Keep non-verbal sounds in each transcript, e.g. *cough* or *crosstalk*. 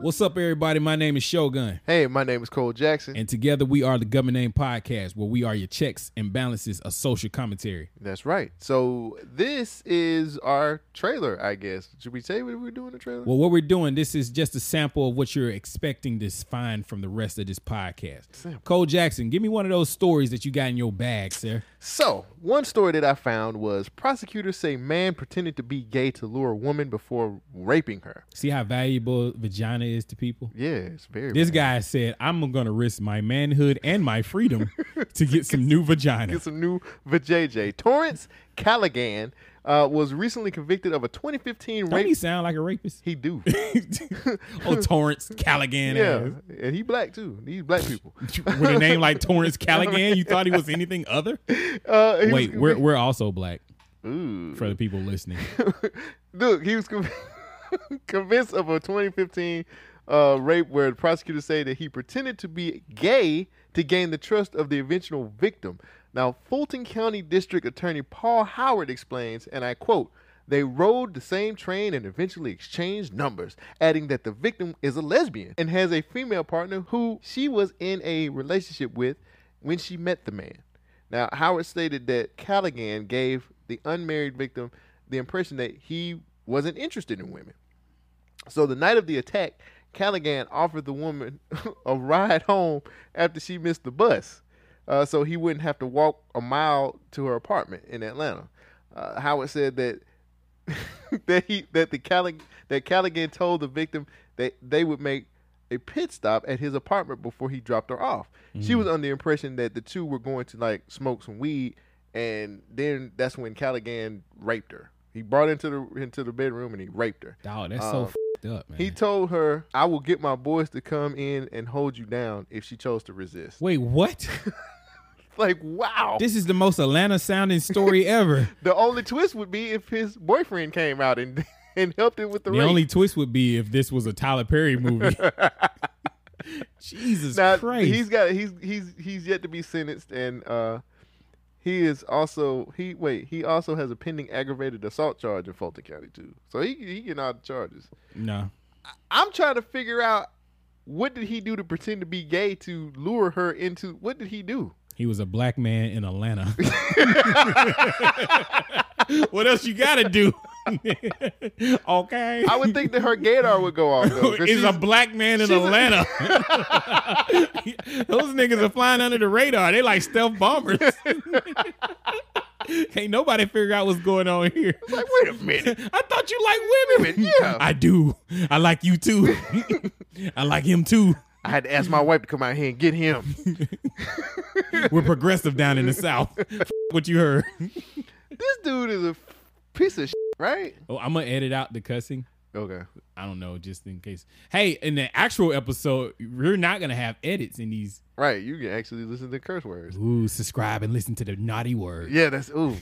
What's up, everybody? My name is Shogun, Hey, my name is Cole Jackson. and together we are the Government Name Podcast, where we are your checks and balances of social commentary. That's right. So this is our trailer, I guess. Should we say what we're doing the trailer? Well, what we're doing, this is just a sample of what you're expecting to find from the rest of this podcast. Cole Jackson, give me one of those stories that you got in your bag, sir. so one story that I found was prosecutors say man pretended to be gay to lure woman before raping her. See how valuable vagina is to people? Yeah, it's very This guy said, I'm going to risk my manhood and my *laughs* freedom to get some new vagina. *laughs* It's a new vajayjay. Torrance Callaghan uh, was recently convicted of a 2015 Don't he rape. sound like a *laughs* rapist? *laughs* He do. oh, Torrance Callaghan. yeah, ass. and he black too. These black people. *laughs* with a name like Torrance Callaghan, you thought he was anything other? Uh, *laughs* he Wait, was we're we're also black Ooh. for the people listening. Look, he was conv- *laughs* convinced of a 2015 uh, rape where prosecutors say that he pretended to be gay to gain the trust of the eventual victim. Now, Fulton County District Attorney Paul Howard explains, and I quote, they rode the same train and eventually exchanged numbers, adding that the victim is a lesbian and has a female partner who she was in a relationship with when she met the man. Now, Howard stated that Callaghan gave the unmarried victim the impression that he wasn't interested in women. So the night of the attack, Callaghan offered the woman *laughs* a ride home after she missed the bus, uh, so he wouldn't have to walk a mile to her apartment in Atlanta. Uh, Howard said that *laughs* that he that the Callig- that Callaghan told the victim that they would make a pit stop at his apartment before he dropped her off. She Mm. was under the impression that the two were going to like smoke some weed, and then that's when Callaghan raped her. He brought her into the into the bedroom and he raped her. Dog, that's so fed up, man. Um, He told her, "I will get my boys to come in and hold you down if she chose to resist." Wait, what? Like, wow. This is the most Atlanta sounding *laughs* story ever. the only twist would be if his boyfriend came out and *laughs* and helped him with the, The rape. only twist would be if this was a Tyler Perry *laughs* movie. Jesus now, Christ. He's got he's he's he's yet to be sentenced and uh he is also he wait, he also has a pending aggravated assault charge in Fulton County too. So he he getting all the charges. no. I'm trying to figure out what did he do to pretend to be gay to lure her into what did he do? He was a black man in *laughs* Atlanta. *laughs* what else you gotta do? *laughs* okay. I would think that her gaydar would go off though. 'cause is a she's- black man in she's a- *laughs* Atlanta. Those niggas are flying under the radar. They like stealth bombers. *laughs* Can't nobody figure out what's going on here. like, wait a minute. I thought you like women. Women, yeah. I do. I like you *laughs* too. I like him too. I had to ask my wife to come out here and get him. We're progressive down in the South. *laughs* F- what you heard. this dude is a piece of shit, right? Oh, I'm going to edit out the cussing. Okay. I don't know, just in case. Hey, in the actual episode, we're not going to have edits in these. Right. You can actually listen to curse words. Ooh, subscribe and listen to the naughty word. Yeah, that's ooh,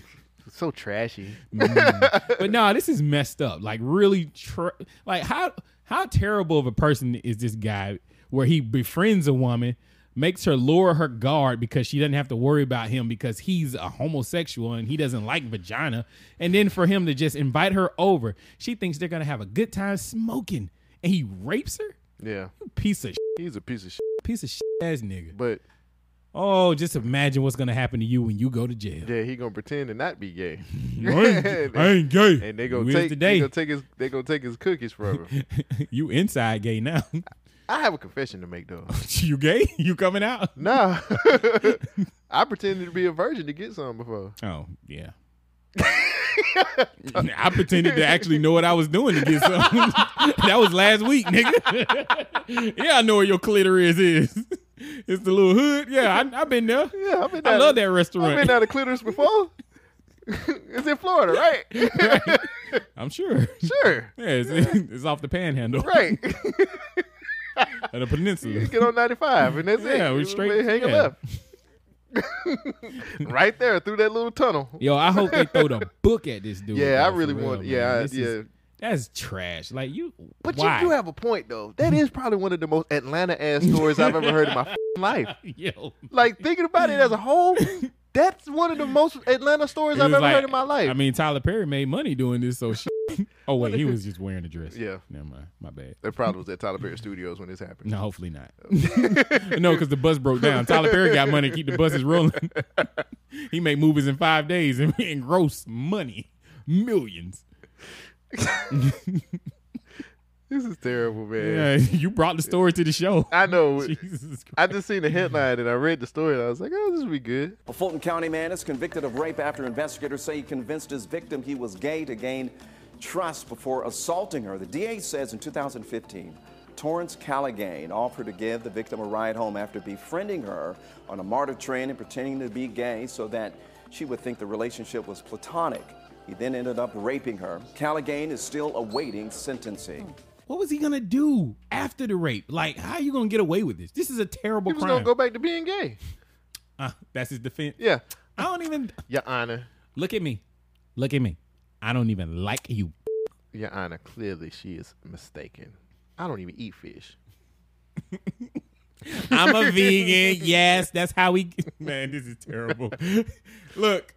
so trashy. Mm. but no, this is messed up. Like really, tr like how how terrible of a person is this guy? Where he befriends a woman, makes her lower her guard because she doesn't have to worry about him because he's a homosexual and he doesn't like vagina. And then for him to just invite her over, she thinks they're gonna have a good time smoking, and he rapes her. Yeah, Piece of shit, he's a piece of shit. piece of shit ass nigga. But Oh, just imagine what's gonna happen to you when you go to jail. *laughs* yeah, he gonna pretend to not *laughs* be gay, *laughs* I, ain't, I ain't gay. and they gonna You is take today. they gonna take his they gonna take his cookies from *laughs* him. you inside gay now. *laughs* I have a confession to make though. you gay? You coming out? Nah, *laughs* I pretended to be a virgin to get some before. Oh *laughs* yeah. I pretended to actually know what I was doing to get some. *laughs* that was last week, nigga. *laughs* yeah, I know where your clitoris is. *laughs* It's the little hood. Yeah, I, I've been there. Yeah, I've been. I down- love that I've been restaurant. out of clitoris before. *laughs* it's in *laughs* Florida, right? I'm sure. *laughs* *laughs* sure, Yeah, it's, *laughs* it's off the panhandle right. *laughs* *laughs* of the peninsula. get on ninety five, and that's *laughs* it. Yeah, we straight- Hang a yeah. left. *laughs* right there through that little tunnel. Yo, I hope they throw the book at this dude. Yeah, I though, for really real, want. man. Yeah, I- This is- yeah. that's trash. Like you, But why? you do have a point though. That is probably one of the most Atlanta ass stories I've ever *laughs* heard in my f***ing life. *laughs* Yo, Like thinking about it as a whole, that's one of the most Atlanta stories It I've was ever like- heard in my life. *laughs* I mean, Tyler Perry made money doing this, so shit Oh wait, he was just wearing a dress. Yeah. Never mind. My bad. That probably was at Tyler Perry Studios when *laughs* this happened. No, hopefully not. no, because the bus broke down. Tyler Perry got money to keep the buses rolling. *laughs* he made movies in five days and, and gross money, millions. This is terrible, man. Yeah, *laughs* you brought the story to the show. *laughs* I *laughs* know. Jesus Christ. I just seen the headline and I read the story and I was like, oh, this will be good. A Fulton County man is convicted of rape after investigators say he convinced his victim he was gay to gain trust before assaulting her. The DA says in 2015, Torrance Callaghan offered to give the victim a ride home after befriending her on a MARTA train and pretending to be gay so that she would think the relationship was platonic. He then ended up raping her. Callaghan is still awaiting sentencing. What was he gonna do after the rape? Like, how you gonna get away with this? This is a terrible He was crime. going to go back to being gay. Uh, that's his defense. Yeah. I don't even Your Honor. look at me. Look at me. I don't even like you. Your Honor, clearly she is mistaken. I don't even eat fish. I'm *laughs* a vegan. Yes, that's how we. *laughs* Man, this is terrible. Look,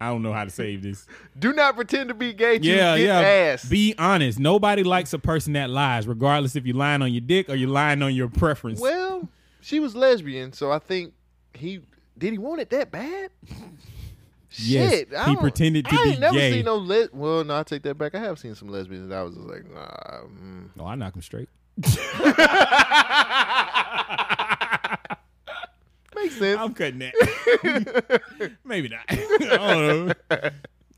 I don't know how to save this. Do not pretend to be gay to *laughs* Yeah, get yeah. ass. Be honest. Nobody likes a person that lies, regardless if you're lying on your dick or you're lying on your preference. *laughs* well, she was lesbian, so I think he did he want it that bad? *laughs* Yes, Shit, I he don't- pretended to I be ain't never gay. seen no le- Well, no, I take that back. I have seen some lesbians that I was just like, nah. mm. Oh, I knock him straight. Makes sense. I'm cutting that. *laughs* Maybe not. *laughs* I don't know.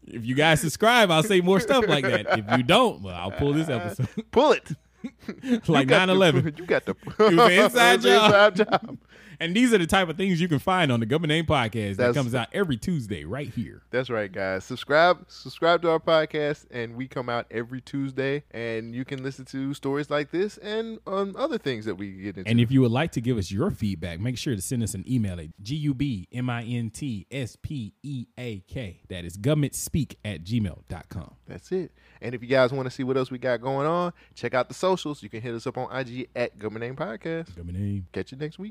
If you guys subscribe, I'll say more stuff like that. If you don't, well, I'll pull this episode. *laughs* Pull it. like 9 11. *laughs* *laughs* You got the it was an inside *laughs* job. job. And these are the type of things you can find on the Government Name Podcast that That's- comes out every Tuesday right here. That's right, guys. Subscribe, subscribe to our podcast, and we come out every Tuesday. And you can listen to stories like this and um, other things that we get into. And if you would like to give us your feedback, make sure to send us an email at G-U-B-M-I-N-T-S-P-E-A-K. E That is governmentspeak at gmail.com. That's it. And if you guys want to see what else we got going on, check out the socials. You can hit us up on IG at Government Name Podcast. Government Name. Catch you next week.